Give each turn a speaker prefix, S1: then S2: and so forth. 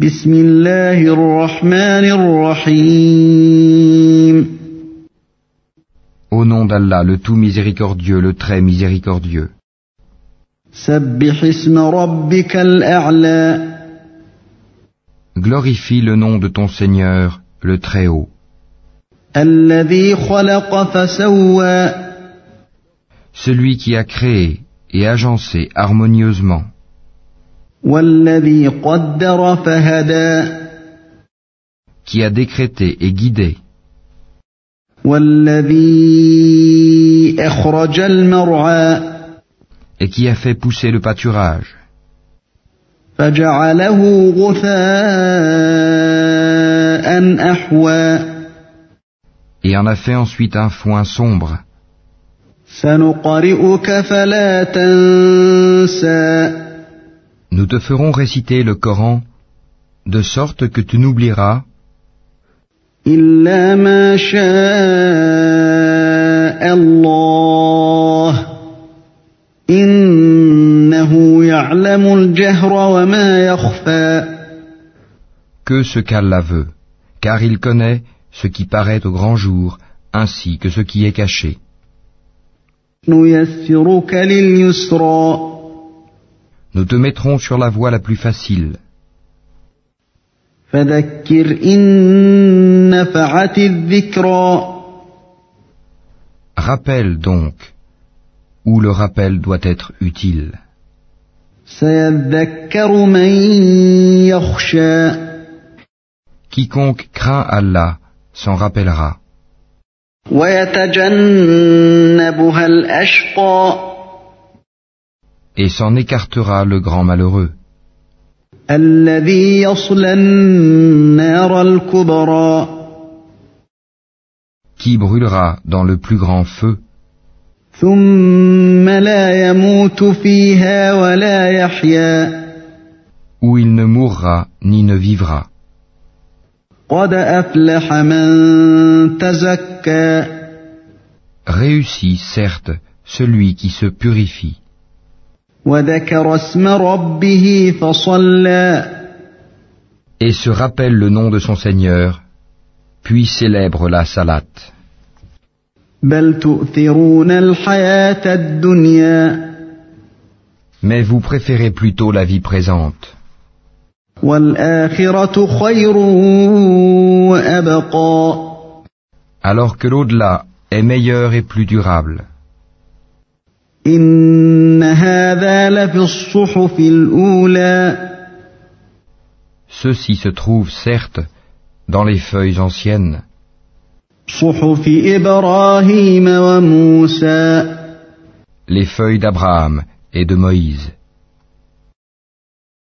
S1: بسم الله الرحمن الرحيم
S2: Au nom d'Allah, le tout miséricordieux, le très miséricordieux.
S1: سبح اسم ربك الأعلى
S2: Glorifie le nom de ton Seigneur, le Très Haut,
S1: الذي خلق فسوى
S2: celui qui a créé et agencé harmonieusement,
S1: والذي قدر فهدى
S2: qui a décrété et guidé,
S1: والذي أخرج المرعى
S2: et qui a fait pousser le pâturage,
S1: فجعله غثاء أحوى
S2: et en a fait ensuite un foin sombre.
S1: سنقرئك فلا تنسى
S2: Nous te ferons réciter le Coran, de sorte que tu n'oublieras,
S1: إلا ما شاء الله إنه يعلم الجهر وما يخفى
S2: que ce qu'Allah veut, car il connaît ce qui paraît au grand jour, ainsi que ce qui est caché.
S1: نيسرك لليسرى
S2: Nous te mettrons sur la voie la plus facile.
S1: فذكر إن نفعت الذكرى
S2: Rappel donc, où le rappel doit être utile.
S1: سيذكر من يخشى
S2: Quiconque craint Allah s'en rappellera,
S1: ويتجنبها الأشقى
S2: et s'en écartera le grand malheureux,
S1: الذي يصلى النار الكبرى
S2: qui brûlera dans le plus grand feu,
S1: ثم لا يموت فيها ولا يحيا
S2: où il ne mourra ni ne vivra.
S1: قد أفلح من تزكى
S2: Réussit, certes, celui qui se purifie,
S1: وذكر اسم ربه فصلى
S2: et se rappelle le nom de son Seigneur, puis célèbre la salate.
S1: بل تؤثرون الحياة الدنيا
S2: Mais vous préférez plutôt la vie présente,
S1: والآخرة خير وأبقى
S2: alors que l'au-delà est meilleur et plus durable.
S1: إن هذا لفي الصحف الأولى
S2: Ceci se trouve, certes, dans les feuilles anciennes,
S1: صحف إبراهيم وموسى
S2: les feuilles d'Abraham et de Moïse,